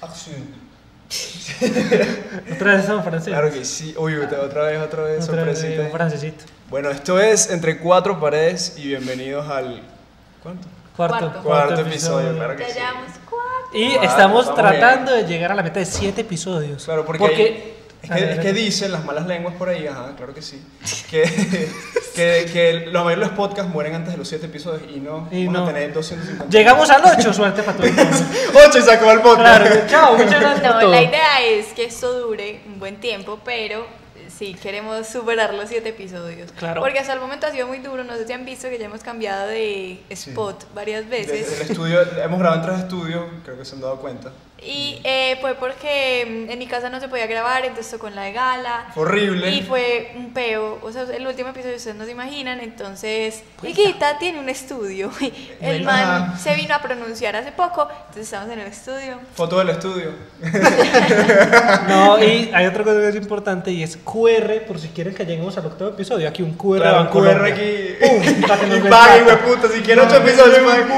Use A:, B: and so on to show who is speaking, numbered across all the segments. A: acción.
B: Otra vez San Francisco.
A: Claro que sí. Uy, otra vez, otra vez,
B: Otra vez
A: sorpresita.
B: un francesito.
A: Bueno, esto es Entre Cuatro Paredes y bienvenidos al... ¿Cuánto?
B: Cuarto,
C: Cuarto.
A: Cuarto episodio, claro que
C: Ya
A: sí.
C: llevamos cuatro.
B: Y
A: Cuarto, vamos
B: estamos
A: bien.
B: tratando de llegar a la meta de siete episodios.
A: Claro, porque, hay- es,
B: A
A: que,
B: ver,
A: es que dicen las malas lenguas por ahí, ajá, claro que sí, que, que, que la mayoría de los podcasts mueren antes de los 7 episodios y no
B: Y
A: vamos
B: no.
A: a tener 250.
B: Llegamos al 8, suerte para todos.
A: 8 y se acabó el podcast.
B: Claro, chao, muchas gracias por
C: No,
B: todo.
C: la idea es que esto dure un buen tiempo, pero eh, sí queremos superar los siete episodios.
B: Claro.
C: Porque hasta el momento ha sido muy duro. No sé si han visto que ya hemos cambiado de spot varias
A: Desde el
C: veces.
A: estudio, hemos grabado en tres estudios, creo que se han dado cuenta.
C: Y eh, fue porque mm, en mi casa no se podía grabar, entonces tocó en la de gala.
A: Fue horrible.
C: Y fue un peo, o sea, el último episodio ustedes no se imaginan, entonces Higuita tiene un estudio, el
A: Pues Ajá.
C: man se vino a pronunciar hace poco, entonces estamos en el estudio.
A: Foto del estudio.
B: No, y hay otra cosa que es importante y es QR, por si quieren que lleguemos al octavo episodio. Aquí un QR.
A: Claro,
B: de
A: un QR
B: Bancolombia.
A: aquí.
B: Pum, para que nos
A: Y
B: den
A: paguen,
B: plata.
A: hueputa, si quieren 8 episodios, paguen.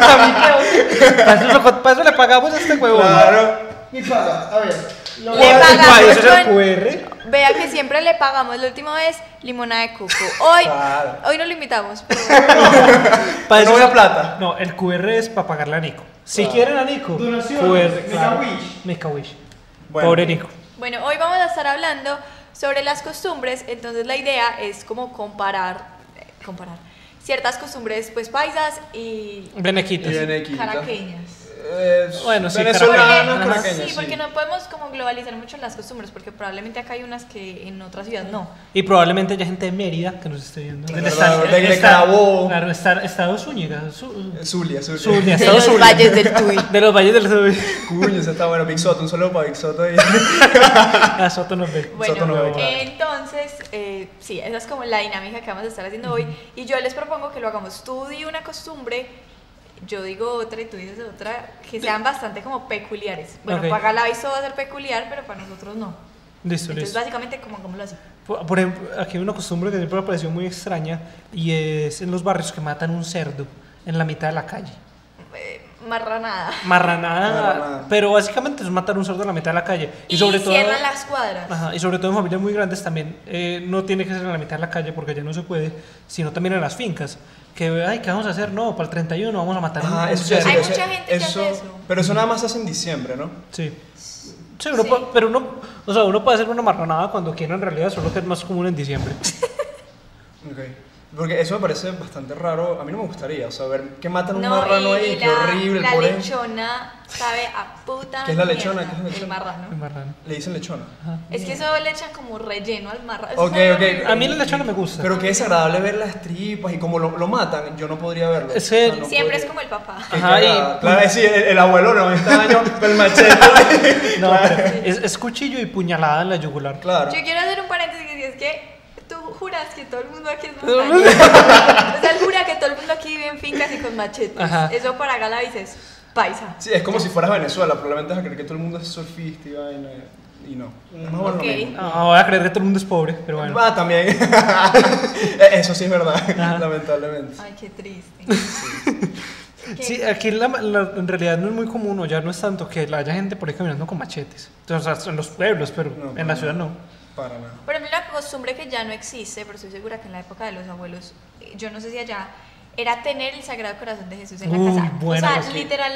B: Para eso, lo- para eso le pagamos a este huevón.
A: Claro.
D: Mi paga, a ver.
B: No,
C: Le
B: no,
C: pagamos
B: para eso es el
C: con-
B: QR.
C: Vea que siempre le pagamos, la última vez limonada de coco, hoy,
A: Claro.
C: hoy no lo invitamos, pero
B: Para
A: No
B: eso
A: voy a
B: es-
A: plata.
B: No, el QR es para pagarle a Nico. Si quieren a Nico.
D: Donaciones,
B: QR,
D: Make a
B: claro.
D: wish.
B: Make a wish.
A: Bueno.
B: Pobre Nico.
C: bueno, hoy vamos a estar hablando sobre las costumbres, entonces la idea es como comparar, eh, comparar ciertas costumbres pues paisas y
B: Benequitas.
A: Y Benequita.
C: caraqueñas.
A: Eh,
B: Bueno, sí,
A: venezolanos,
B: caraqueños.
A: caraqueños,
C: sí, porque no podemos como globalizar mucho las costumbres, porque probablemente acá hay unas que en otras ciudades no.
B: Y probablemente haya gente de Mérida que nos esté viendo.
A: Es
B: Del
A: verdad,
B: estado-
A: de- de
B: estado-
A: Carabobo.
B: Claro, estar, Estados Unidos. Su-
A: Zulia, Zulia.
B: Zulia, Estados Unidos.
C: del Tuy.
B: De los valles del sur.
A: Cuño, eso está bueno. Big Soto, un saludo para Big Soto. Y...
B: A Ah, Soto nos ve.
C: Bueno,
A: Soto no ve, claro.
C: entonces, eh, sí, esa es como la dinámica que vamos a estar haciendo hoy. Y yo les propongo que lo hagamos tú di una costumbre, yo digo otra y tú dices otra, que sean bastante como peculiares. Bueno,
B: Ok.
C: para Galaiso va a ser peculiar, pero para nosotros no.
B: Listo,
C: Entonces,
B: listo.
C: básicamente, como lo así.
B: Por, por ejemplo, aquí hay una costumbre que siempre me pareció muy extraña y es en los barrios que matan un cerdo en la mitad de la calle.
C: Eh, marranada.
B: Marranada,
A: Marranada.
B: pero básicamente es matar un cerdo en la mitad de la calle. Y,
C: Y,
B: sobre todo...
C: cierran las cuadras.
B: Ajá, y sobre todo en familias muy grandes también, eh, no tiene que ser en la mitad de la calle porque ya no se puede, sino también en las fincas. Que, ay, ¿qué vamos a hacer? No, para el 31 vamos a matar un-
A: Ah,
B: un
A: eso se hace,
C: Hay
B: cerdo.
A: eso-
C: mucha gente que hace eso.
A: Pero eso nada más se hace en diciembre, ¿no?
B: Sí. Sí, uno
C: Sí.
B: puede- pero uno, o sea, uno puede hacer una marranada cuando quiera en realidad, solo que es más común en diciembre.
A: Ok. Porque eso me parece bastante raro. A mí no me gustaría, o sea, ver que matan a un
C: No,
A: marrano
C: y
A: ahí, qué
C: la-
A: horrible,
C: La
A: pobre.
C: lechona sabe a puta.
A: ¿Qué es la
C: mierda,
A: lechona? ¿Qué es la
C: El
A: lechona?
B: El
C: marrano.
B: marrano.
A: Le dicen lechona.
C: Es que eso le echan como relleno al marrano. Eso
A: Ok, Ah,
C: sabe
A: ok.
B: A mí la lechona me gusta.
A: Pero qué desagradable ver las tripas y cómo lo, lo matan. Yo no podría verlo.
B: Es que-
A: no
C: Siempre es
A: podría.
C: como el papá.
A: Qué
B: Ajá, y- pues-
A: cagada. Claro, sí, el, el abuelo 90 años con el machete.
B: No, pero es, es cuchillo y puñalada en la yugular.
A: Claro.
C: Yo quiero hacer un paréntesis y es que tú juras que todo el mundo aquí es montañero. o sea, él jura que todo el mundo aquí vive en fincas y con machetes.
B: Ajá.
C: Eso para Gala dices, paisa.
A: Sí, es como si fueras Venezuela. Probablemente vas a creer que todo el mundo es surfista y vaina. Y no. Más o menos lo
C: Ok.
A: mismo.
B: Ah, voy a creer que todo el mundo es pobre, pero bueno.
A: Ah, también. Eh, Eso sí es verdad, lamentablemente.
C: Ay, qué triste. ¿Qué?
B: Sí, aquí la- la- en realidad no es muy común, o ya no es tanto que la- haya gente por ahí caminando con machetes. Entonces, o sea, en los pueblos, pero
A: No,
B: en
A: no,
B: la
A: no.
B: ciudad no.
A: Para nada.
C: Para mí la costumbre que ya no existe, pero estoy segura que en la época de los abuelos, eh, yo no sé si allá, era tener el Sagrado Corazón de Jesús en la
B: Uy,
C: casa.
B: buena
C: o sea,
B: costumbre.
C: literal,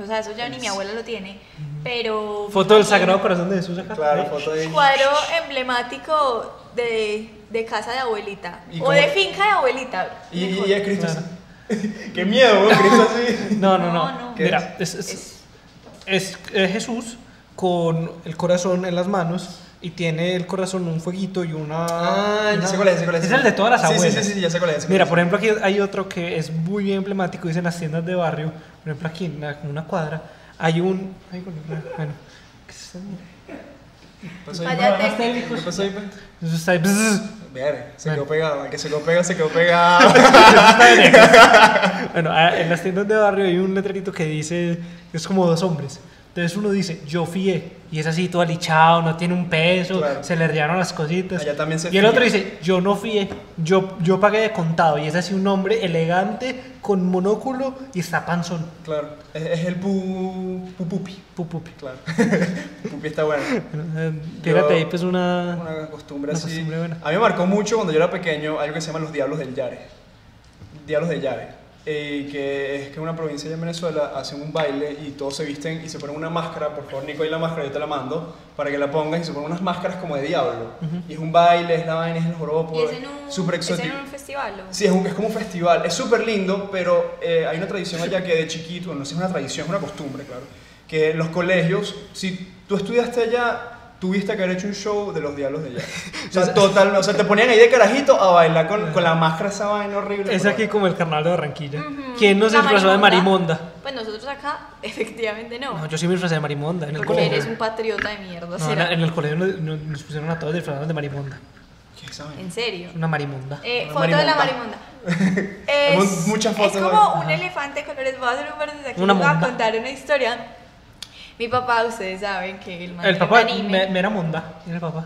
C: o sea, eso ya ni mi abuela lo tiene, pero...
B: Foto del Sagrado Corazón de Jesús acá.
A: Claro,
B: ¿eh?
A: foto ahí.
C: Cuadro emblemático de, de casa de abuelita,
A: ¿Y
C: o
A: cómo-
C: de finca de abuelita.
A: Y, y,
C: mejor.
A: y es Cristo
B: Claro.
A: así. Qué miedo, güey, Cristo así.
B: No, no, no.
C: No, no.
B: Mira, es, es, es- es Jesús con el corazón en las manos y tiene el corazón un fueguito y una.
A: Ah, ya
B: una-
A: sé cuál es, ya sé cuál es.
B: Es el de todas las
A: Sí, sí,
B: abuelas.
A: sí, sí, ya sé cuál es, ya sé cuál
B: Mira,
A: es.
B: por ejemplo, aquí hay otro que es muy emblemático, dicen las tiendas de barrio. Por ejemplo, aquí en la- en una cuadra hay un. ay, coño, bueno, ¿qué es esto?
A: Pasó ahí,
C: Vaya
A: pa.
C: técnico.
A: ¿Qué pasó ahí, pa?
B: Eso está ahí, bzzz.
A: Ver, se
B: Bueno.
A: quedó pegado. El que se quedó pegado, se quedó pegado.
B: Bueno, a- en las tiendas de barrio hay un letrerito que dice, es como dos hombres. Entonces uno dice, yo fié, y es así todo alichado, no tiene un peso,
A: Claro.
B: se le riaron las cositas.
A: Allá también se
B: y el otro
A: fía.
B: dice, yo no fié, yo, yo pagué de contado, y es así un hombre elegante, con monóculo y está panzón.
A: Claro. Es, es el pu, pupupi.
B: Pu, pu, pu.
A: Claro. pupupi está bueno.
B: Bueno, eh, Pégate
A: Yo-
B: ahí pues una...
A: Una costumbre
B: Una
A: así.
B: costumbre buena.
A: A mí me marcó mucho cuando yo era pequeño algo que se llama los Diablos del Yare. Diablos del Yare. Eh, que es que en una provincia allá en Venezuela hacen un baile y todos se visten y se ponen una máscara. Por favor, Nico, y la máscara, yo te la mando para que la pongas. Y se ponen unas máscaras como de diablo. Y es un baile, es la vaina, es el joropo.
C: Y es en un,
A: súper
C: es en
A: exótico.
C: un festival. ¿o?
A: Sí, es, un- es como un festival. Es súper lindo, pero eh, hay una tradición allá que de chiquito, no sé, es una tradición, es una costumbre, claro. Que en los colegios, si tú estudiaste allá, tuviste que haber hecho un show de los diablos de allá. O sea, total, o sea, te ponían ahí de carajito a bailar con, con la máscara esa vaina horrible.
B: Es
A: pero
B: aquí
A: bueno.
B: como el carnaval de Barranquilla.
C: Ujú.
B: ¿Quién no se
C: La
B: disfrazó de marimonda?
C: Pues nosotros acá, efectivamente no.
B: No, yo sí me disfrazé de marimonda en el
C: porque
B: colegio.
C: eres un patriota de mierda.
B: No, en,
C: será.
B: la- en el colegio nos, nos- nos pusieron a todos disfrazados de marimonda.
A: ¿Qué es esa vaina?
C: En serio.
B: Una marimonda.
C: Eh,
A: Una
C: foto de la marimonda.
A: marimonda.
C: Es,
A: Muchas fotos,
C: es
A: ¿no?
C: como un
B: Ajá.
C: elefante de colores. Voy a hacer un paréntesis aquí.
B: Una
C: les voy a
B: monda.
C: contar una historia. Mi papá, ustedes saben que el man
B: el
C: era
B: papá
C: un anime.
B: me, me era monda. Era el papá.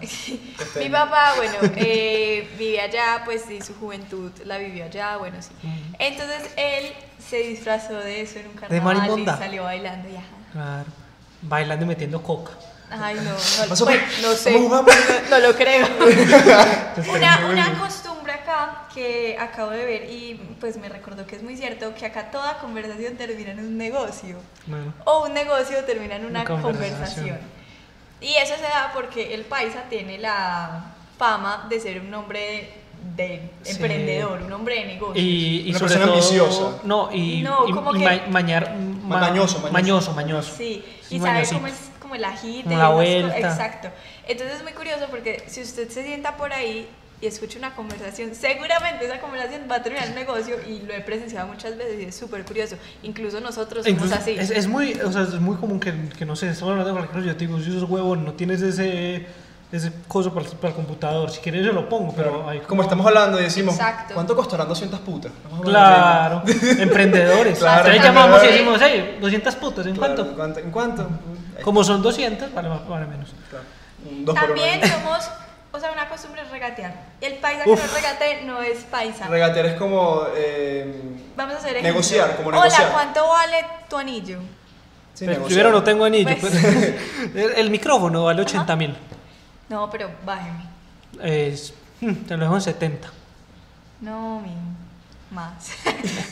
C: Mi papá, bueno, eh, vivía allá, pues sí, su juventud la vivió allá, bueno, sí.
B: Ujú.
C: Entonces él se disfrazó de eso en un carnaval y
B: marimonda.
C: salió bailando y ajá.
B: Claro. Bailando y metiendo coca.
C: Ay, no, no,
A: Pasó,
C: bueno,
A: pues,
C: no sé,
A: vamos,
C: no,
A: vamos.
C: no lo creo. una,
A: muy
C: una
A: bien.
C: costumbre acá que acabo de ver y pues me recordó que es muy cierto, que acá toda conversación termina en un negocio
B: Bueno.
C: o un negocio termina en una
B: Una
C: conversación.
B: conversación.
C: Y eso se da porque el paisa tiene la fama de ser un hombre de
B: Sí.
C: emprendedor, un hombre de negocio.
B: Y, y
A: Una
B: sobre
A: persona
B: todo,
A: ambiciosa.
B: No, y,
C: No,
B: y-
C: como
B: y
C: que-
B: ma- mañar, ma-
A: Mañoso, mañoso.
B: mañoso, mañoso.
C: Sí,
B: Sí,
C: y sabe
B: mañosito.
C: cómo es como el ajite.
B: Como
C: y
B: la
C: las co-
B: vuelta.
C: Exacto. Entonces es muy curioso porque si usted se sienta por ahí y escucha una conversación, seguramente esa conversación va a terminar en un negocio y lo he presenciado muchas veces y es súper curioso. Incluso nosotros somos
B: Incluso
C: así.
B: Es, es muy, o sea, es muy común que, que no sé, estamos hablando de cualquier cosa, yo te digo, si sos huevón, no tienes ese, ese coso para, el- para el computador, si quieres yo lo pongo, pero hay
A: Como estamos hablando y decimos,
C: Exacto.
A: ¿cuánto costarán 200 putas? Vamos a hablar
B: Claro, emprendedores.
A: Claro,
B: Entonces llamamos y
A: emprendedores.
B: decimos, hey, 200 putas, ¿en
A: de- Claro,
B: cuánto?
A: ¿En cuánto? Ahí
B: Como son 200, vale, más- vale menos.
A: está. Un dos por uno.
C: También somos, o sea, una costumbre es regatear. Y el paisa
B: Uf.
C: que no regatee no es paisa.
A: Regatear es como... eh,
C: Vamos a hacer ejemplo.
A: Negociar, como negociar.
C: Hola, ¿cuánto vale tu anillo?
A: sí,
B: Pero
A: negociar.
B: primero no tengo anillo,
C: Pues.
B: pero- el, el micrófono vale 80 mil,
C: No, pero bájeme.
B: Es- hmm, te lo dejo en 70.
C: No, mi. Más.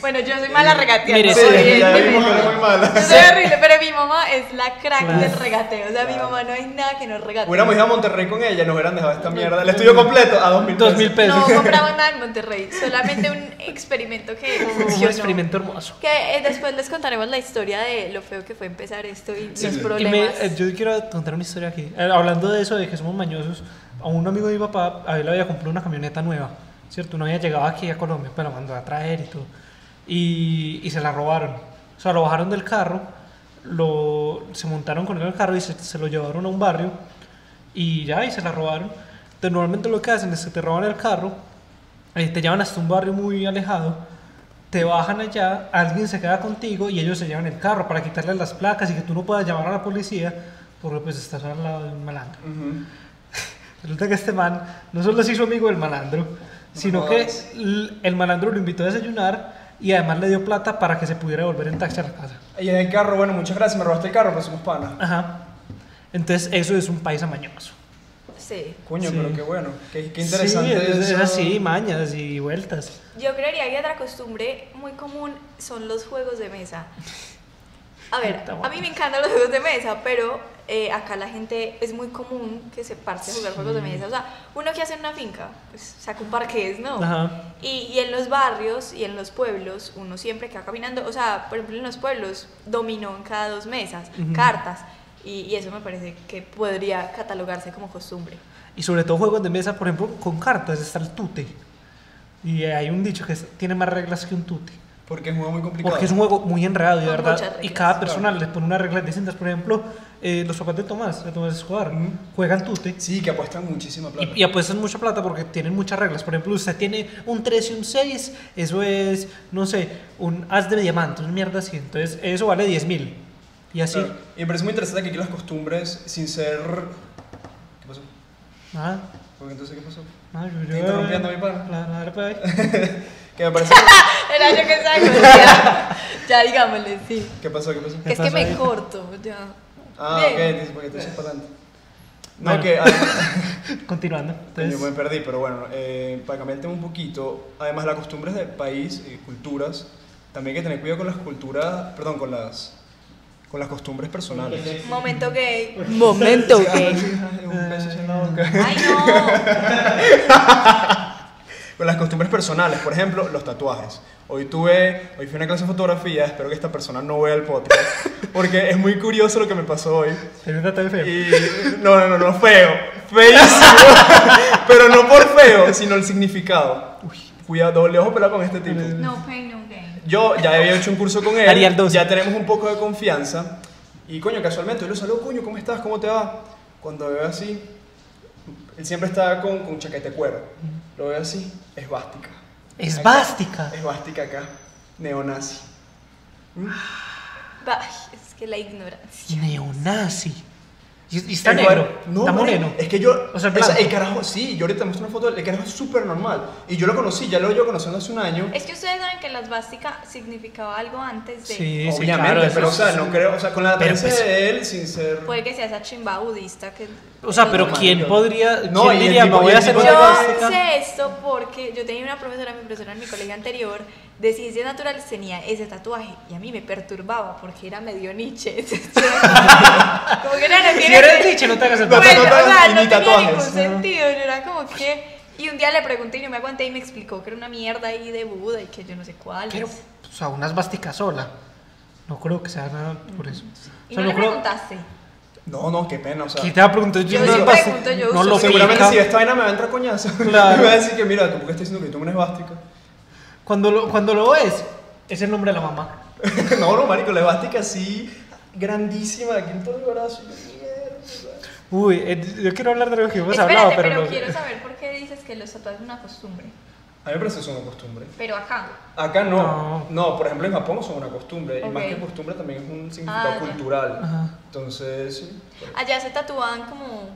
C: bueno, yo soy mala regateando.
B: Mire,
A: Sí,
B: sí,
A: ya
C: evidentemente.
A: vimos que era muy mala.
C: Yo soy horrible, pero mi mamá es la crack
B: Claro.
C: del regateo. O sea, mi
A: Claro.
C: mamá no hay nada que no regatee.
A: Hubiéramos ido a Monterrey con ella, nos hubieran dejado esta mierda. El estudio completo a 2000
B: Dos mil pesos.
C: no compramos nada en Monterrey, solamente un experimento que
B: Un
C: funcionó.
B: experimento hermoso.
C: Que eh, después les contaremos la historia de lo feo que fue empezar esto y
A: Sí,
C: los
A: sí.
B: Y me-
C: problemas.
B: eh, yo quiero contar una historia aquí. Eh, hablando de eso, de que somos mañosos, a un amigo de mi papá, a él le había comprado una camioneta nueva, ¿cierto? No había llegado aquí a Colombia, pero la mandó a traer y todo. Y, y se la robaron. O sea, lo bajaron del carro, lo, se montaron con él al carro y se, se lo llevaron a un barrio y ya, y se la robaron. Entonces, normalmente lo que hacen es que te roban el carro, eh, te llevan hasta un barrio muy alejado te bajan allá, alguien se queda contigo y ellos se llevan el carro para quitarle las placas y que tú no puedas llamar a la policía porque pues estás al lado de un malandro.
A: Ujú.
B: Resulta que este man no solo se hizo amigo del malandro, sino que
A: jodas.
B: l- el malandro lo invitó a desayunar y además le dio plata para que se pudiera volver en taxi a la casa.
A: Y en el carro, bueno, muchas gracias, me robaste el carro, pero somos panas.
B: Ajá. Entonces eso es un país amañoso.
C: Sí.
A: Coño,
B: Sí.
A: pero qué bueno, qué, qué interesante.
B: Sí, es, es
A: eso.
B: así, mañas y vueltas.
C: Yo creería que otra costumbre muy común son los juegos de mesa. A ver,
B: Está bueno.
C: a mí me encantan los juegos de mesa, pero eh, acá la gente es muy común que se parte a jugar juegos de mesa. O sea, uno que hace en una finca, pues saca un parqués, ¿no?
B: Ajá.
C: Y, y en los barrios y en los pueblos, uno siempre que va caminando, o sea, por ejemplo en los pueblos, dominó en cada dos mesas,
B: Ujú.
C: cartas, y, y eso me parece que podría catalogarse como costumbre.
B: Y sobre todo juegos de mesa, por ejemplo, con cartas, está el tute. Y hay un dicho que es- tiene más reglas que un tute.
A: Porque es un juego muy complicado.
B: Porque es un juego muy enredado, de
C: Con
B: verdad.
C: muchas
B: Y
C: reglas.
B: cada persona le pone unas reglas distintas. Por ejemplo, eh, los papás de Tomás, de Tomás Escobar,
A: Ujú.
B: juegan tute.
A: Sí, que apuestan muchísima plata.
B: Y, y apuestan mucha plata porque tienen muchas reglas. Por ejemplo, usted tiene un 3 y un 6, eso es, no sé, un as de diamante, una mierda así. Entonces, eso vale 10 mil. Y así.
A: Claro. Y me parece muy interesante que aquí las costumbres, sin ser. ¿Qué pasó?
B: Nada,
A: Porque entonces, ¿qué pasó?
B: nada, Ah, yo, eh, yo.
A: Te interrumpiendo, mi pana.
B: La, la, la,
A: Que me parece.
C: Era yo que estaba conocida. Ya digámosle, sí.
A: ¿Qué pasó? ¿Qué pasó?
C: Que es que
B: pasa
C: me
B: ahí?
C: corto, ya.
A: Ah, ok,
C: Bien.
A: dice, porque te echas para adelante. No,
B: Bueno.
A: que. ah,
B: Continuando. pues,
A: coño,
B: Entonces,
A: me perdí, pero bueno, eh, para cambiar el tema un poquito, además las costumbres de país y culturas, también hay que tener cuidado con las culturas, perdón, con las, con las costumbres personales.
C: Momento gay. Momento
A: Sí, ah, sí, un beso
B: eh,
A: en la boca.
C: Ay, no.
A: Con las costumbres personales, por ejemplo, los tatuajes. Hoy tuve, hoy fui a una clase de fotografía, espero que esta persona no vea el podcast, porque es muy curioso lo que me pasó hoy.
B: tenía un tatuaje feo.
A: Y no, no, no, no, feo, feísimo, pero no por feo, sino el significado. Cuidado, doble ojo pelado con este tipo.
C: No pain, no gain.
A: Yo ya había hecho un curso con él,
B: Arial 12.
A: ya tenemos un poco de confianza. Y coño, casualmente, yo lo saludo, coño, ¿cómo estás? ¿Cómo te va? Cuando veo así, él siempre está con, con chaquete de cuero. Lo veo así, esvástica.
B: Esvástica.
A: Esvástica acá, neonazi. Mm.
C: Bah, es que la ignorancia.
B: Y neonazi. Y, y está
A: El
B: negro. eh,
A: bar- No,
B: está
A: marico,
B: moreno.
A: Es que yo.
B: O
A: esa-
B: sea, blanco.
A: el carajo, sí, yo ahorita te muestro una foto, el carajo es súper normal. Y yo lo conocí, ya lo llevo conociendo hace un año.
C: Es que ustedes saben que la esvástica significaba algo antes
B: Sí,
C: de.
B: sí, pues
A: obviamente,
B: claro. eso
A: pero o
B: es-
A: sea, no creo, o sea, con la
B: Pero,
A: apariencia
B: pues-
A: de él, sin ser.
C: Puede que sea esa chimba budista que.
B: O sea, pero
A: Marico.
B: ¿quién podría.?
A: No, y el
B: ¿Quién diría,
A: tipo-
B: me voy
A: y el
B: a hacer
A: tipo
B: una
A: de
C: Yo
A: básica?
B: esvástica?
C: hice esto porque yo tenía una profesora, mi profesora en mi colegio anterior, de ciencias naturales tenía ese tatuaje y a mí me perturbaba porque era medio Nietzsche. como que era no
B: Si
C: tiene-
B: eres Nietzsche, no te hagas el
C: Bueno,
A: No te tatuajes y ni
B: tatuaje.
C: o sea, no tenía
A: tatuajes,
C: ningún
A: ¿no?
C: sentido, yo era como que... Y un día le pregunté y no me aguanté y me explicó que era una mierda ahí de Buda y que yo no sé cuál.
B: Pero, o sea, una esvástica sola. No creo que sea nada por eso.
C: y
B: O sea,
C: no le
B: no creo-
C: preguntaste.
A: No, no, qué pena, o sea.
B: ¿Quién te va a preguntar?
C: Yo
B: no
C: sí
B: lo
C: pregunto,
B: pasé.
C: yo
B: No
C: uso
B: lo
C: sí.
A: Seguramente
B: pica.
A: si esta vaina me va a entrar coñazo.
B: Claro.
A: me va a decir que mira, ¿tú por qué estás diciendo que tú eres esvástica?
B: Cuando lo, cuando lo ves, es el nombre de la mamá.
A: no, no, marico, la esvástica así, grandísima, aquí en todo el brazo. mierda.
B: Uy, eh, yo quiero hablar de lo que hemos
C: Espérate,
B: hablado, pero,
C: pero,
B: no-
C: quiero saber por qué dices que los tatuajes es una costumbre.
A: A mí me parece que es una costumbre.
C: Pero acá.
A: Acá no.
B: No.
A: no. por ejemplo en Japón son una costumbre. Y más
C: Ok.
A: que costumbre también es un significado
C: Ah, ya.
A: cultural.
B: Ajá.
A: Entonces, sí.
C: Allá se tatuaban como.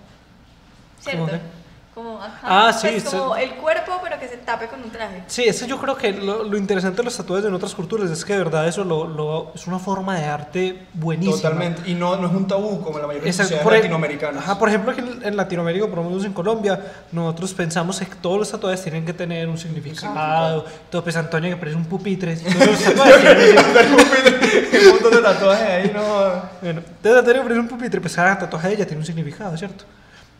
C: ¿Cierto?
B: ¿Cómo qué?
C: Como, ajá.
B: Ah, sí,
C: pues,
B: se-
C: como el cuerpo, pero que se tape con un traje.
B: Sí, eso yo creo que lo, lo interesante de los tatuajes en otras culturas es que de verdad eso lo, lo- es una forma de arte buenísima.
A: Totalmente. Y no, no es un tabú como en la mayoría de
B: Esa-
A: las sociedades
B: por e-
A: latinoamericanas.
B: Ajá, por ejemplo, aquí en, en Latinoamérica, por lo menos en Colombia, nosotros pensamos que todos los tatuajes tienen que tener un significado. Todo, pues Antonio que parece un pupitre. Todos los tatuajes tienen un significado.
A: un montón de tatuajes ahí, no.
B: Bueno, entonces Antonio que parece un pupitre, pues cada tatuaje de ella tiene un significado, ¿cierto?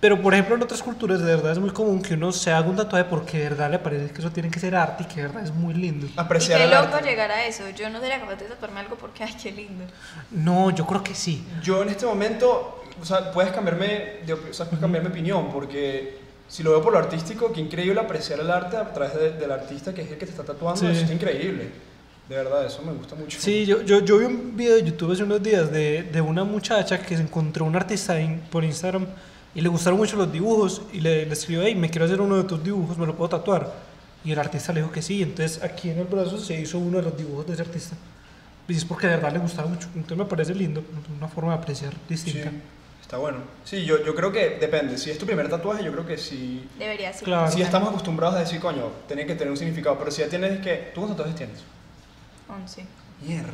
B: Pero, por ejemplo, en otras culturas de verdad es muy común que uno se haga un tatuaje porque de verdad le parece que eso tiene que ser arte y que de verdad es muy lindo.
A: Apreciar
C: y
A: el
C: qué loco
A: arte.
C: llegar a eso. Yo no sería capaz de tatuarme algo porque, ay, qué lindo.
B: No, yo creo que sí.
A: Yo en este momento, o sea, puedes cambiarme, de, op- o sea, puedes cambiar mi opinión, porque si lo veo por lo artístico, qué increíble apreciar el arte a través de- del artista que es el que te está tatuando,
B: Sí.
A: eso está increíble. De verdad, eso me gusta mucho.
B: Sí, yo, yo, yo vi un video de YouTube hace unos días de, de una muchacha que se encontró un artista en- por Instagram y le gustaron mucho los dibujos y le, le escribió, hey, me quiero hacer uno de tus dibujos, me lo puedo tatuar. Y el artista le dijo que sí, entonces aquí en el brazo se hizo uno de los dibujos de ese artista. Y es porque de verdad le gustaba mucho, entonces me parece lindo, una forma de apreciar
A: Sí,
B: distinta.
A: está bueno. Sí, yo, yo creo que depende. Si es tu primer tatuaje, yo creo que sí.
C: Debería ser.
B: Claro.
A: Si estamos acostumbrados a decir, coño, tiene que tener un significado, pero si ya tienes que. ¿Tú cuántos tatuajes tienes?
C: Once.
A: Mierda.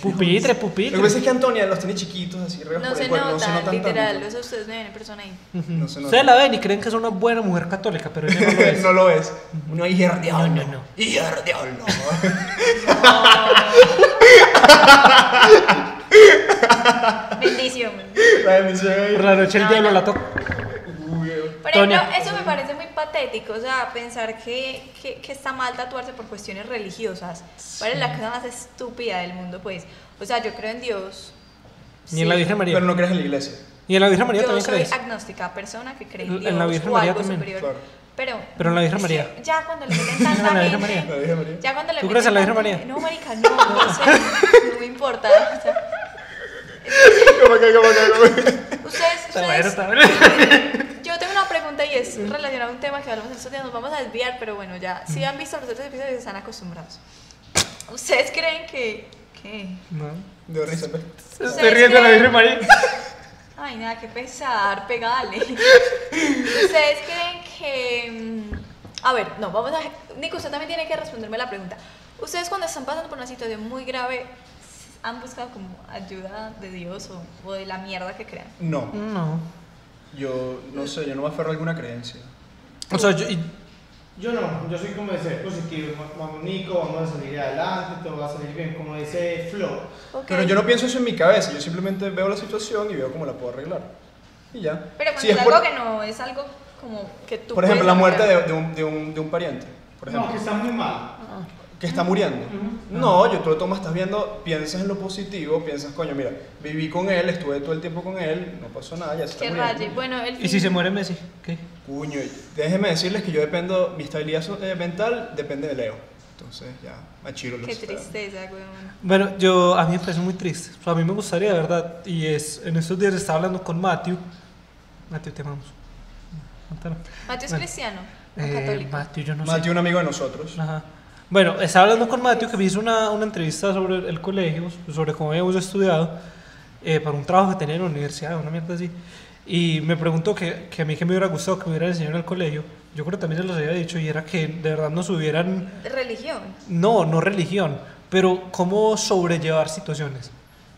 B: Pupitre,
A: Lo que pasa
B: pupitre.
A: es que Antonia los tiene chiquitos, así, regados
C: No
A: por el
C: se,
A: cuerpo,
C: nota, literal.
A: tanto.
C: O sea, ustedes me ven en persona ahí.
B: Ujú.
A: no se nota.
B: Ustedes la ven y creen que es una buena mujer católica, pero ella no lo es.
A: no lo es. Uno ahí hija del diablo.
B: No, no, no.
A: Hija del diablo.
C: Bendición.
A: La bendición ahí.
B: Por la noche el
C: No,
B: diablo
C: no.
B: la toca.
A: Uy, eh.
C: Por
B: Toña.
C: ejemplo, eso me parece muy patético, o sea, pensar que, que, que está mal tatuarse por cuestiones religiosas. ¿Cuál es la cosa más estúpida del mundo, pues? O sea, yo creo en Dios.
B: Ni en la
C: sí.
B: Virgen María.
A: Pero no crees en la iglesia.
B: Y en la Virgen María
C: Yo
B: también
C: soy
B: crees.
C: agnóstica, persona que cree en
B: En
C: Dios
B: la Virgen
C: o
B: María
C: algo
B: también.
C: superior.
A: Claro.
C: Pero,
B: Pero en la Virgen
C: es que
B: María.
C: Ya cuando le meten
B: En la
C: tanta
B: Virgen
C: gente,
A: La Virgen María.
C: ya cuando le
B: ¿Tú
C: meten
B: crees en la Virgen
C: tanta-
B: María?
C: No, marica, no, no sé, no me importa. o sea,
A: ¿Cómo que, cómo que, cómo que?
C: ustedes,
B: Está bueno,
C: ustedes,
B: está bueno.
C: Yo tengo una pregunta y es relacionada a un tema que hablamos en estos días. Nos vamos a desviar, pero bueno, ya. Si han visto los otros episodios, están acostumbrados. ¿Ustedes creen que, ¿Qué?
B: No.
A: De risa, pues.
B: Se está riendo la Virgen María.
C: Ay, nada, qué pesar, pegale. ¿Ustedes creen que... mm, A ver, no, vamos a... Nico, usted también tiene que responderme la pregunta. ¿Ustedes cuando están pasando por una situación muy grave han buscado como ayuda de Dios o, o de la mierda que crean?
A: No,
B: No.
A: yo no sé, yo no me aferro a alguna creencia.
B: O sea, yo, y-
D: Yo no, yo soy como pues, de ser positivo, vamos Nico, vamos a salir adelante, todo va a salir bien, como dice Flo.
C: Ok.
A: Pero yo no pienso eso en mi cabeza, yo simplemente veo la situación y veo cómo la puedo arreglar. Y ya.
C: Pero cuando
A: Si
C: es
A: por,
C: algo que no es algo como que tú...
A: por ejemplo, la
C: puedes
A: muerte
C: arreglar.
A: de, de un, de un- de un pariente, por
D: No,
A: ejemplo,
D: que está muy mal.
A: que está muriendo. No, yo tú lo tomas, estás viendo, piensas en lo positivo, piensas, coño, mira, viví con él, estuve todo el tiempo con él, no pasó nada, ya se está
C: Que
A: muriendo.
C: raye. Bueno, el
B: ¿Y si se muere Messi? ¿Qué?
A: Cuño, déjenme decirles que yo dependo, mi estabilidad so- eh, mental depende de Leo. Entonces ya, achiro los
C: Qué
A: espero.
C: tristeza, weón.
B: Bueno, yo a mí me parece muy triste. O sea, a mí me gustaría, de verdad, y es, en estos días estaba hablando con Matthew. Matthew, te amamos. Cuéntalo.
C: ¿Mateo es
B: Bueno,
C: cristiano o
B: eh,
C: católico?
B: Matthew, yo no sé.
A: Mati, un amigo de nosotros.
B: Ajá. Bueno, estaba hablando con Mateo que me hizo una, una entrevista sobre el colegio, sobre cómo habíamos estudiado, eh, para un trabajo que tenía en la universidad, una mierda así. Y me preguntó que, que a mí que me hubiera gustado que me hubieran enseñado en el colegio. Yo creo que también se los había dicho y era que de verdad nos hubieran,
C: Religión.
B: no, no religión, pero cómo sobrellevar situaciones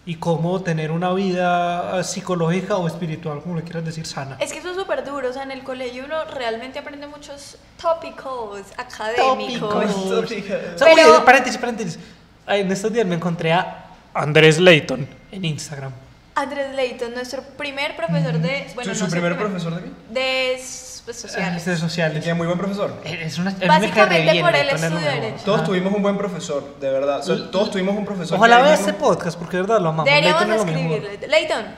B: y cómo tener una vida eh, psicológica o espiritual, como le quieras decir, sana.
C: Es que eso es súper duro, o sea, en el colegio uno realmente aprende muchos tópicos académicos.
A: Esto, chica.
B: O sea,
C: Eh, Pero-
B: oye, paréntesis, paréntesis. Ay, En estos días me encontré a Andrés Leighton en Instagram.
C: Andrés Leighton, nuestro primer profesor de... Bueno,
A: ¿Su- ¿Su
C: no sé,
A: primer profesor de qué?
C: De s- pues, sociales.
B: Redes
A: ¿De
B: sociales.
A: qué? Muy buen profesor.
B: Es una, a mí me
C: Básicamente
B: cae re bien
C: por él
B: Leighton,
C: estudio
B: era una
C: derecho.
A: Todos
B: Ajá.
A: tuvimos un buen profesor, de verdad. O sea, todos tuvimos un profesor.
B: Ojalá
A: que
B: vea
A: era
B: este
A: muy-
B: podcast porque de verdad lo amamos.
C: Deberíamos
B: Leighton es lo mejor.
C: escribirle. Leighton,
A: Leighton.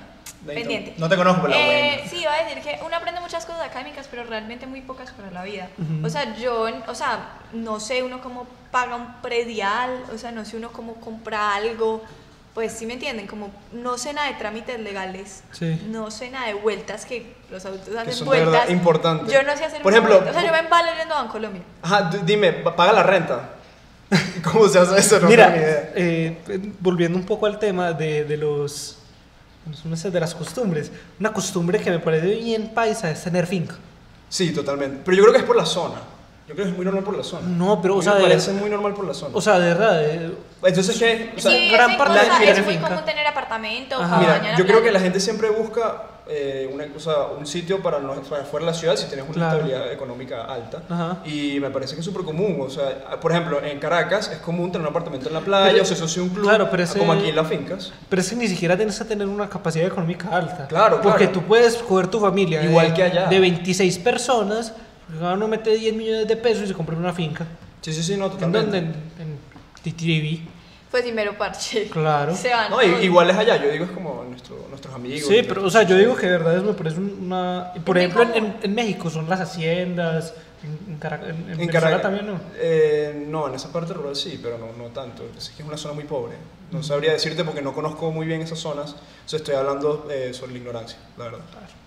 C: pendiente.
A: No te conozco, pero
C: Eh,
A: bueno.
C: sí, iba a decir que uno aprende muchas cosas académicas, pero realmente muy pocas para la vida.
B: Ujú.
C: O sea, yo, o sea, no sé uno cómo paga un predial, o sea, no sé uno cómo compra algo. Pues sí me entienden, como no sé nada de trámites legales,
B: Sí.
C: no sé nada de vueltas que los adultos hacen
A: son de verdad
C: vueltas.
A: importantes.
C: Yo no sé hacer
A: Por
C: una
A: ejemplo,
C: vuelta, o sea, yo me embalo yendo a Bancolombia.
A: Ajá, d- dime, pa- paga la renta. ¿Cómo se hace eso? No
B: Mira,
A: tengo ni idea.
B: eh, eh, volviendo un poco al tema de, de los. no sé, De las costumbres. Una costumbre que me parece bien paisa es tener finca.
A: Sí, totalmente. Pero yo creo que es por la zona. Yo creo que es muy normal por la zona.
B: No, pero,
A: A
B: o
A: mí
B: sea,
A: Me
B: de-
A: parece muy normal por la zona.
B: O sea, de verdad. eh,
A: Entonces, ¿qué? O sea,
C: sí, Ah,
B: gran
C: gran
B: parte de la
C: cosa,
B: vida
C: es
B: de
C: muy
B: finca.
C: común tener apartamento,
B: Ajá.
C: cabaña, en
A: Mira,
C: la
A: yo creo
C: playa.
A: que la gente siempre busca eh, una, o sea, un sitio para, no, para fuera de la ciudad si tienes una
B: Claro.
A: estabilidad económica alta.
B: Ajá.
A: Y me parece que es súper común. O sea, por ejemplo, en Caracas es común tener un apartamento en la playa
B: Pero-
A: o se asocia un club,
B: claro, pero ese-
A: como aquí en las fincas.
B: Pero es que ni siquiera tienes que tener una capacidad económica alta.
A: Claro,
B: Porque
A: claro.
B: tú puedes coger tu familia.
A: Igual
B: de,
A: que allá.
B: De 26 personas, porque cada uno mete 10 millones de pesos y se compra una finca.
A: Sí, sí, sí, no,
B: ¿En
A: totalmente.
B: dónde? En, en Titiribi.
C: Pues primero parche.
B: Claro.
C: Se van.
A: No, i-
C: todos.
A: igual es allá, yo digo es como nuestro- nuestros amigos.
B: Sí, pero, o sea, yo digo que de verdad eso me parece un- una. y Por
C: Es muy
B: ejemplo, en,
C: común.
B: en- en México son las haciendas. En, en, Carac- en- en
A: En
B: Venezuela
A: Caracas
B: también, ¿no?
A: Eh, no, en esa parte rural sí, pero no, no tanto. Es que es una zona muy pobre. No sabría decirte porque no conozco muy bien esas zonas. O sea, estoy hablando eh, sobre la ignorancia, la verdad.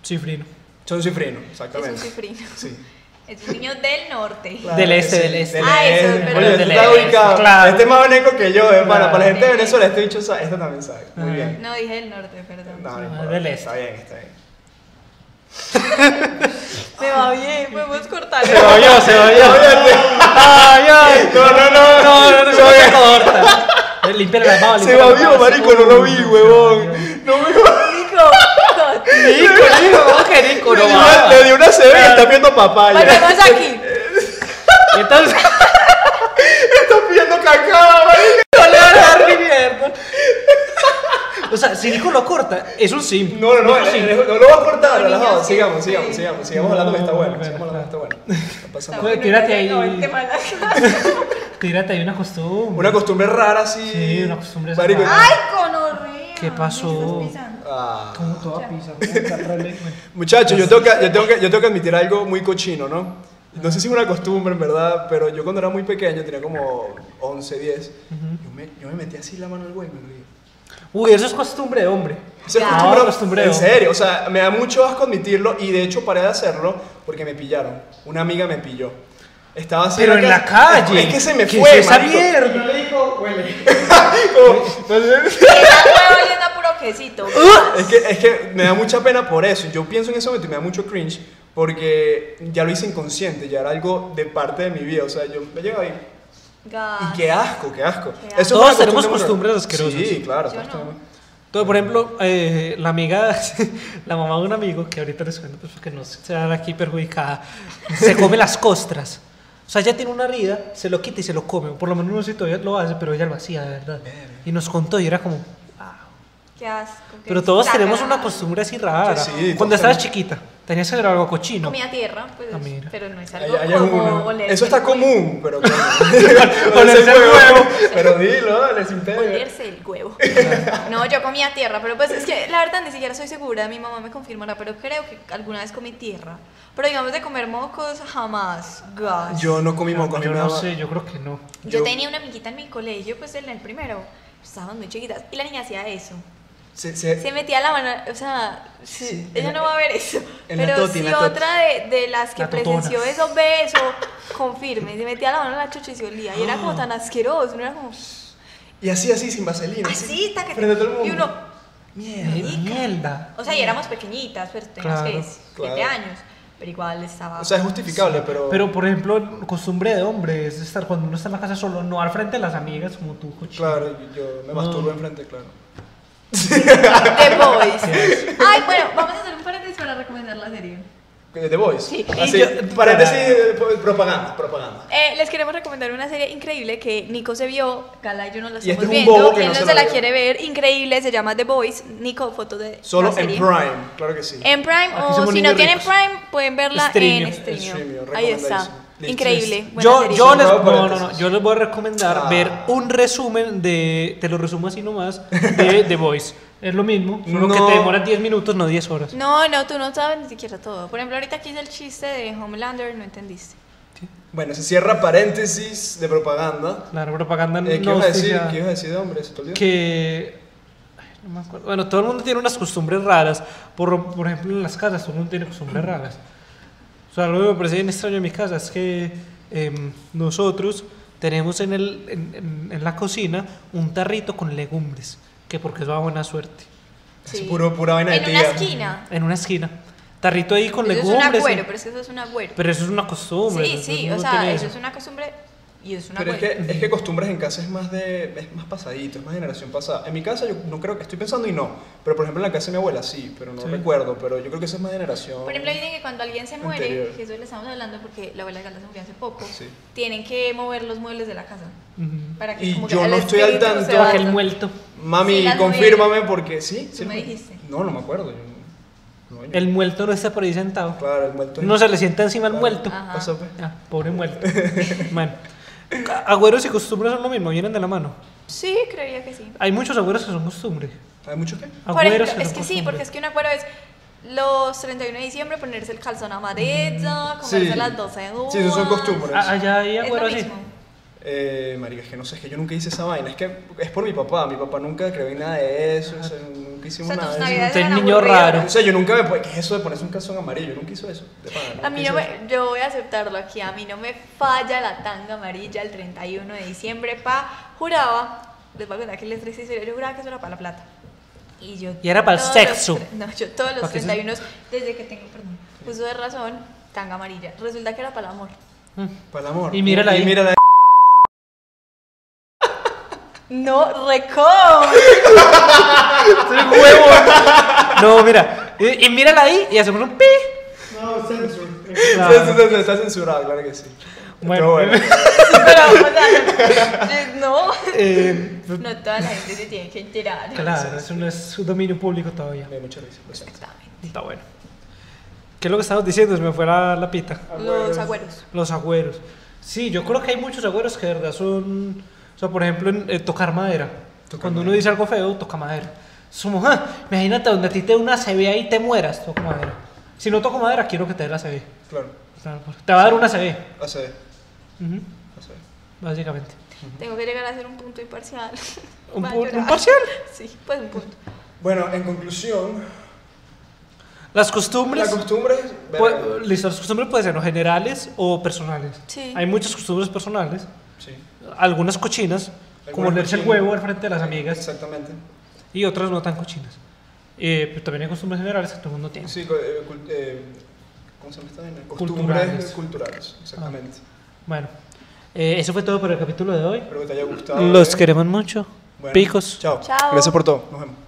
B: Cifrino.
A: Son cifrinos,
C: Es un
A: exactamente.
C: cifrino.
A: Sí
C: Es un niño del norte.
A: Claro
B: Del
A: que
B: este,
A: sí,
B: del este.
C: Ah, eso,
A: este.
C: pero
A: Oye,
B: del
A: este está
B: este,
A: ubicado.
B: claro.
A: Este es más veneco que yo, es para,
B: Claro.
A: para la gente de
C: Sí.
A: Venezuela, este bicho sabe. Este también sabe. Muy
B: Ajá.
A: bien.
C: No dije del norte, perdón.
A: No, no
B: Ah,
A: importa,
B: del
A: Está
B: este.
A: bien, está bien.
C: Me va bien, podemos cortarlo.
B: Se oyó, se Ah, oyó. ¡Ay, ay!
A: No, no, no.
B: No, no, no, se me corta. Eh, Limpia la mano,
A: Se babió, marico, no lo vi, huevón. No me
C: Nico, no.
B: Nico, Nico, ¿cómo que Nico? No, va.
A: Le dio una CB y está viendo papaya.
C: Volvemos aquí.
B: Entonces,
A: Está pidiendo cacao, marico.
B: no le van a dar ni mierda. O sea, si Nico lo corta, es un sim.
A: No, no, no,
B: Nico sim.
A: eh, no lo voy a cortar, relajado.
C: sí.
A: Sigamos, sigamos, sigamos, sigamos hablando que está
B: No,
A: bueno.
B: bueno,
A: Sigamos hablando que está bueno. No pasa nada.
B: Joder, tírate ahí.
C: No, el tema de la-
B: Tírate, hay una costumbre.
A: Una costumbre rara, sí.
B: Sí, una costumbre
A: Marico,
B: rara.
C: Ay, conorrea.
B: ¿Qué pasó?
C: me estás pisando.
A: Ah.
B: Como toda pizza, puta, rele-
A: Muchachos, yo tengo, que, yo, tengo que, yo tengo que admitir algo muy cochino, ¿no? No sé si es una costumbre, en verdad, pero yo cuando era muy pequeño, tenía como 11, 10, yo, me, yo me metí así la mano al güey, me lo dije.
B: Uy, eso es costumbre de hombre.
A: Esa es
C: Ya,
A: costumbre,
B: costumbreo.
A: En serio, o sea, me da mucho asco admitirlo y de hecho paré de hacerlo porque me pillaron. Una amiga me pilló. Estaba así
B: Pero en la calle.
A: Es que se me
B: ¿Qué
A: fue,
B: es esa
A: marico.
B: mierda?
D: Pero yo le digo, huele.
A: Como-
C: Era huevo oliendo a puro quesito.
A: Uh, es, que, es que me da mucha pena por eso. Yo pienso en ese momento y me da mucho cringe porque ya lo hice inconsciente, ya era algo de parte de mi vida. O sea, yo me llego ahí.
C: Gas.
A: Y qué asco, qué asco.
C: Ah.
A: Eso
C: Qué
A: es
C: asco.
A: una
B: Todos tenemos
A: costumbre
B: costumbres asquerosas.
A: Sí, claro.
C: Yo
A: todos
C: no.
A: tenemos-
B: Entonces, por ejemplo, eh, la amiga, la mamá de un amigo, que ahorita les cuento, pues porque no se van aquí perjudicada, se come las costras. O sea, ella tiene una herida, se lo quita y se lo come. Por lo menos no sé si todavía lo hace, pero ella lo hacía, de verdad. Y nos contó y era como, "Ah".
C: Qué asco. qué
B: Pero todos
C: saca.
B: tenemos una costumbre así rara.
A: Sí, todos
B: Cuando estabas
A: tenemos.
B: chiquita, tenías que hacer algo cochino.
C: Comida tierra, pues,
B: Ah, mira.
C: pero no es
A: Hay-
C: algo
A: hay
C: como
A: alguno.
C: oler
A: Eso está
C: el huevo.
A: común, pero bueno.
B: Olerse el huevo.
A: Pero dilo, dale, sin pena.
C: Olerse el huevo. No, yo comía tierra, pero pues es que la verdad ni siquiera soy segura, mi mamá me confirmará, pero creo que alguna vez comí tierra. Pero digamos de comer mocos, jamás. Gas.
A: Yo no comí moco, a mí
B: yo
A: me
B: no
A: daba-
B: sé, yo creo que no.
C: Yo
A: yo-
C: tenía una amiguita en mi colegio, pues en el primero, estábamos muy chiquitas, y la niña hacía eso.
A: se- se-
C: Se metía la mano, o sea, se-
A: Sí, en
C: ella
A: la-
C: no va a ver eso.
A: en la
C: Pero
A: toti,
C: si
A: en la toti.
C: otra de, de las que
B: La totona.
C: presenció eso ve eso, confirme. Se metía la mano en la chucha y se olía. Y era como tan asqueroso, no era como
A: Y así, así, sin vaselina.
C: así, ta Ah, que te-
A: Frente a todo el mundo.
C: Y uno,
B: Eh, Mierda.
C: o sea, y éramos pequeñitas, pero teníamos
B: Claro,
C: que siete
A: claro.
C: años. Pero igual estaba.
A: O sea, es justificable, pero.
B: Pero, por ejemplo, costumbre de hombre es estar cuando uno está en la casa solo, no al frente de las amigas como tú, cochino.
A: Claro, yo me
B: No.
A: masturbo enfrente, claro.
C: The Boys. Ay, bueno, vamos a hacer un paréntesis para recomendar la serie.
A: The Voice.
C: Sí.
A: Así,
B: Y yo-
A: paréntesis, eh, propaganda, propaganda.
C: Eh, les queremos recomendar una serie increíble que Nico se vio, Gala y yo no la
A: Y
C: estamos
A: este es un
C: viendo,
A: bobo que
C: él
A: no
C: no
A: se
C: se,
A: la
C: la
A: vio.
C: quiere ver, increíble, se llama The Boys, Nico, foto de
A: Solo
C: la
A: en
C: serie. Em-
A: Prime, claro que sí.
C: En Prime,
B: Aquí
C: o
B: somos
C: si
B: niños
C: no tienen
B: ricos.
C: Prime, pueden verla
B: Streamio,
C: en
A: streamio,
C: streamio. Ahí está,
A: recomendadísimo. Listo.
C: increíble, buena
B: Yo,
C: serie.
B: yo, les,
A: Cerrado
B: no, no,
A: paréntesis.
B: no, yo les voy a recomendar
A: Ah.
B: ver un resumen de, te lo resumo así nomás, de The Voice. Es lo mismo, solo que
A: No.
B: te demoras 10 minutos, no 10 horas.
C: No, no, tú no sabes ni siquiera todo. Por ejemplo, ahorita aquí hice el chiste de Homelander, no entendiste.
A: Bueno, se cierra paréntesis de propaganda.
B: La propaganda
A: Eh, ¿Qué
B: Ah, no
A: ibas a decir?
B: oficial.
A: ¿Qué ibas a decir de hombre? ¿Se te olvidó?
B: que ay, no me acuerdo. bueno todo el mundo tiene unas costumbres raras por, por ejemplo en las casas todo el mundo tiene costumbres raras o sea algo que me parece bien extraño en mi casa es que em, nosotros tenemos en, el, en, en- en la cocina un tarrito con legumbres que porque eso da buena suerte
A: Es puro- pura vaina de
C: En una
A: tía.
C: esquina.
B: en una esquina tarrito ahí con
C: eso es un
B: legumbres
C: agüero,
B: y-
C: pero es que eso es un agüero.
B: pero eso es una costumbre
C: Sí,
B: eso-
C: sí,
B: uno
C: o
B: tiene
C: sea, eso es una costumbre y es una
A: Pero es
C: buena.
A: que, es que costumbres en casa es más de es más pasadito, es más generación pasada. En mi casa yo no creo que estoy pensando y no, pero por ejemplo en la casa de mi abuela sí, pero no
B: Sí.
A: recuerdo, pero yo creo que eso es más generación.
C: Por ejemplo, dicen que cuando alguien se muere,
A: Anterior.
C: que eso le estamos hablando porque la abuela de Gala se murió hace poco,
A: Sí.
C: tienen que mover los muebles de la casa.
B: Ujú.
C: Para que
A: Y
C: como
A: yo
C: que el
A: no estoy al
C: espíritu se
A: tanto.
C: vaya.
B: Para que el muerto
A: Mami,
C: Sí, las
A: confírmame porque sí,
C: Tú
A: sí,
C: me
A: lo-
C: dijiste.
A: No, no me acuerdo. yo no- no, yo-
B: el muerto no está por ahí sentado
A: claro, el muerto.
B: no se le sienta encima el
A: Claro.
B: muerto
C: Ajá.
A: Pasó, pues.
B: Ah, pobre muerto. bueno, agüeros y costumbres son lo mismo, vienen de la mano.
C: Sí, creía que sí.
B: Hay muchos agüeros que son costumbre.
A: ¿Hay mucho qué?
C: Por ejemplo,
B: Agüeros
C: es
B: son
C: que sí,
B: costumbre.
C: porque es que un acuerdo es los 31 de diciembre ponerse el calzón amarillo, comerse
A: Mm. Sí.
C: las 12 uvas.
A: Sí, eso son costumbres.
B: Ah, allá hay
C: Es lo
B: agüeros así.
C: mismo.
A: Eh, marica, es que no sé, es que yo nunca hice esa vaina, es que es por mi papá, mi papá nunca creó en nada de eso, o sea, nunca
C: O
A: hicimos
C: sea, tus
A: nada de eso.
C: navidades
B: Usted es
C: eran
B: niño
C: aburridas.
B: raro.
A: O sea, yo nunca me... pues, ¿Qué es eso de ponerse un calzón amarillo? Yo nunca hice eso, de pana, nunca
C: A mí
A: hice
C: no me,
A: eso.
C: yo voy a aceptarlo aquí, a mí no me falla la tanga amarilla el 31 de diciembre, pa, juraba, les voy a contar que les triste historia, yo juraba que eso era para la plata. Y yo...
B: Y era para el
C: todos
B: sexo.
C: los tre- No, yo todos los
B: ¿Para qué se-
C: 31, desde que tengo, perdón, uso de razón, tanga amarilla. Resulta que era para el amor.
B: Mm.
A: Para el amor.
B: Y mírala ahí.
A: mírala
C: No, recón.
B: No, mira, y, y mírala ahí y hacemos un pi. Ah,
D: No, censor.
A: Sí, sí, sí, sí, está censurado, claro que sí.
B: Bueno.
A: Pero
C: Pero, o sea, no,
B: Eh,
C: no toda la gente se tiene que enterar.
B: claro, eso no es su dominio público todavía.
A: me da mucha risa. pues, lo siento.
C: Exactamente.
B: Está bueno. ¿Qué es lo que estamos diciendo? Se me fue la, la pita.
C: Los agüeros.
B: Los agüeros. Sí, yo creo que hay muchos agüeros que de verdad son... O sea, por ejemplo, en, eh, tocar madera.
A: Tocar
B: Cuando uno
A: madera.
B: dice algo feo, toca madera. Es como, "Ah, imagínate donde a ti te dé una CB y te mueras, toca madera. Si no toco madera, quiero que te dé la CB.
A: Claro,
B: Te va a dar una CB,
A: hace,
B: Ujú,
A: hace.
B: básicamente.
C: Tengo que llegar a hacer un punto imparcial.
B: ¿Un,
C: Voy a
B: pu- un
C: llorar.
B: parcial?
C: Sí, pues un punto.
A: Bueno, en conclusión,
B: Las costumbres.
A: La costumbre es...
B: pu- listo, las costumbres pueden ser o generales o personales.
C: Sí.
B: Hay muchas costumbres personales,
A: Sí.
B: algunas cochinas, como
A: Algunas
B: leerse el
A: cochinas.
B: huevo al frente de las amigas,
A: Exactamente.
B: y otras no tan cochinas. Eh, pero también hay costumbres generales que todo el mundo tiene.
A: Sí, co- eh, cul- eh, ¿cómo se llama esta vaina? Costumbres
B: Culturales. Ah.
A: culturales. exactamente.
B: Bueno, eh, eso fue todo por el capítulo de hoy.
A: Espero que te haya gustado.
B: Los
A: ¿eh?
B: queremos mucho.
A: Bueno,
B: Picos.
A: Chao.
C: Chao.
A: Gracias por todo. Nos vemos.